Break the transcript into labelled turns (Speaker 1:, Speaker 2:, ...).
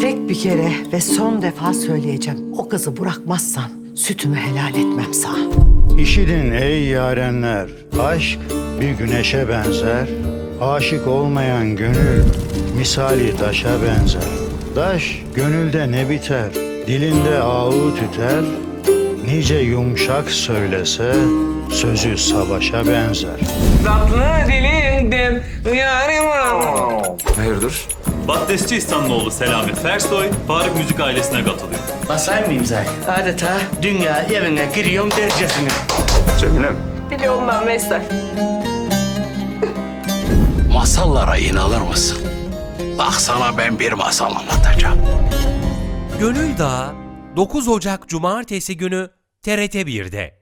Speaker 1: Bir kere ve son defa söyleyeceğim. O kızı bırakmazsan sütümü helal etmem sana.
Speaker 2: İşidin ey yarenler, aşk bir güneşe benzer. Aşık olmayan gönül misali taşa benzer. Taş gönülde ne biter, dilinde ahu tüter. Nice yumuşak söylese, sözü savaşa benzer.
Speaker 3: Tatlı dilimdim yarim ama.
Speaker 4: Hayırdır?
Speaker 5: Baddesçi İstanbullu Selami Fersoy, Faruk Müzik ailesine katılıyor.
Speaker 6: Basar mıyım zaten? Adeta dünya evine giriyorum dercesine.
Speaker 4: Cemilem.
Speaker 3: Biliyorum ben meslek.
Speaker 7: Masallara inanır mısın? Bak sana ben bir masal anlatacağım.
Speaker 8: Gönül Dağı 9 Ocak Cumartesi günü TRT 1'de.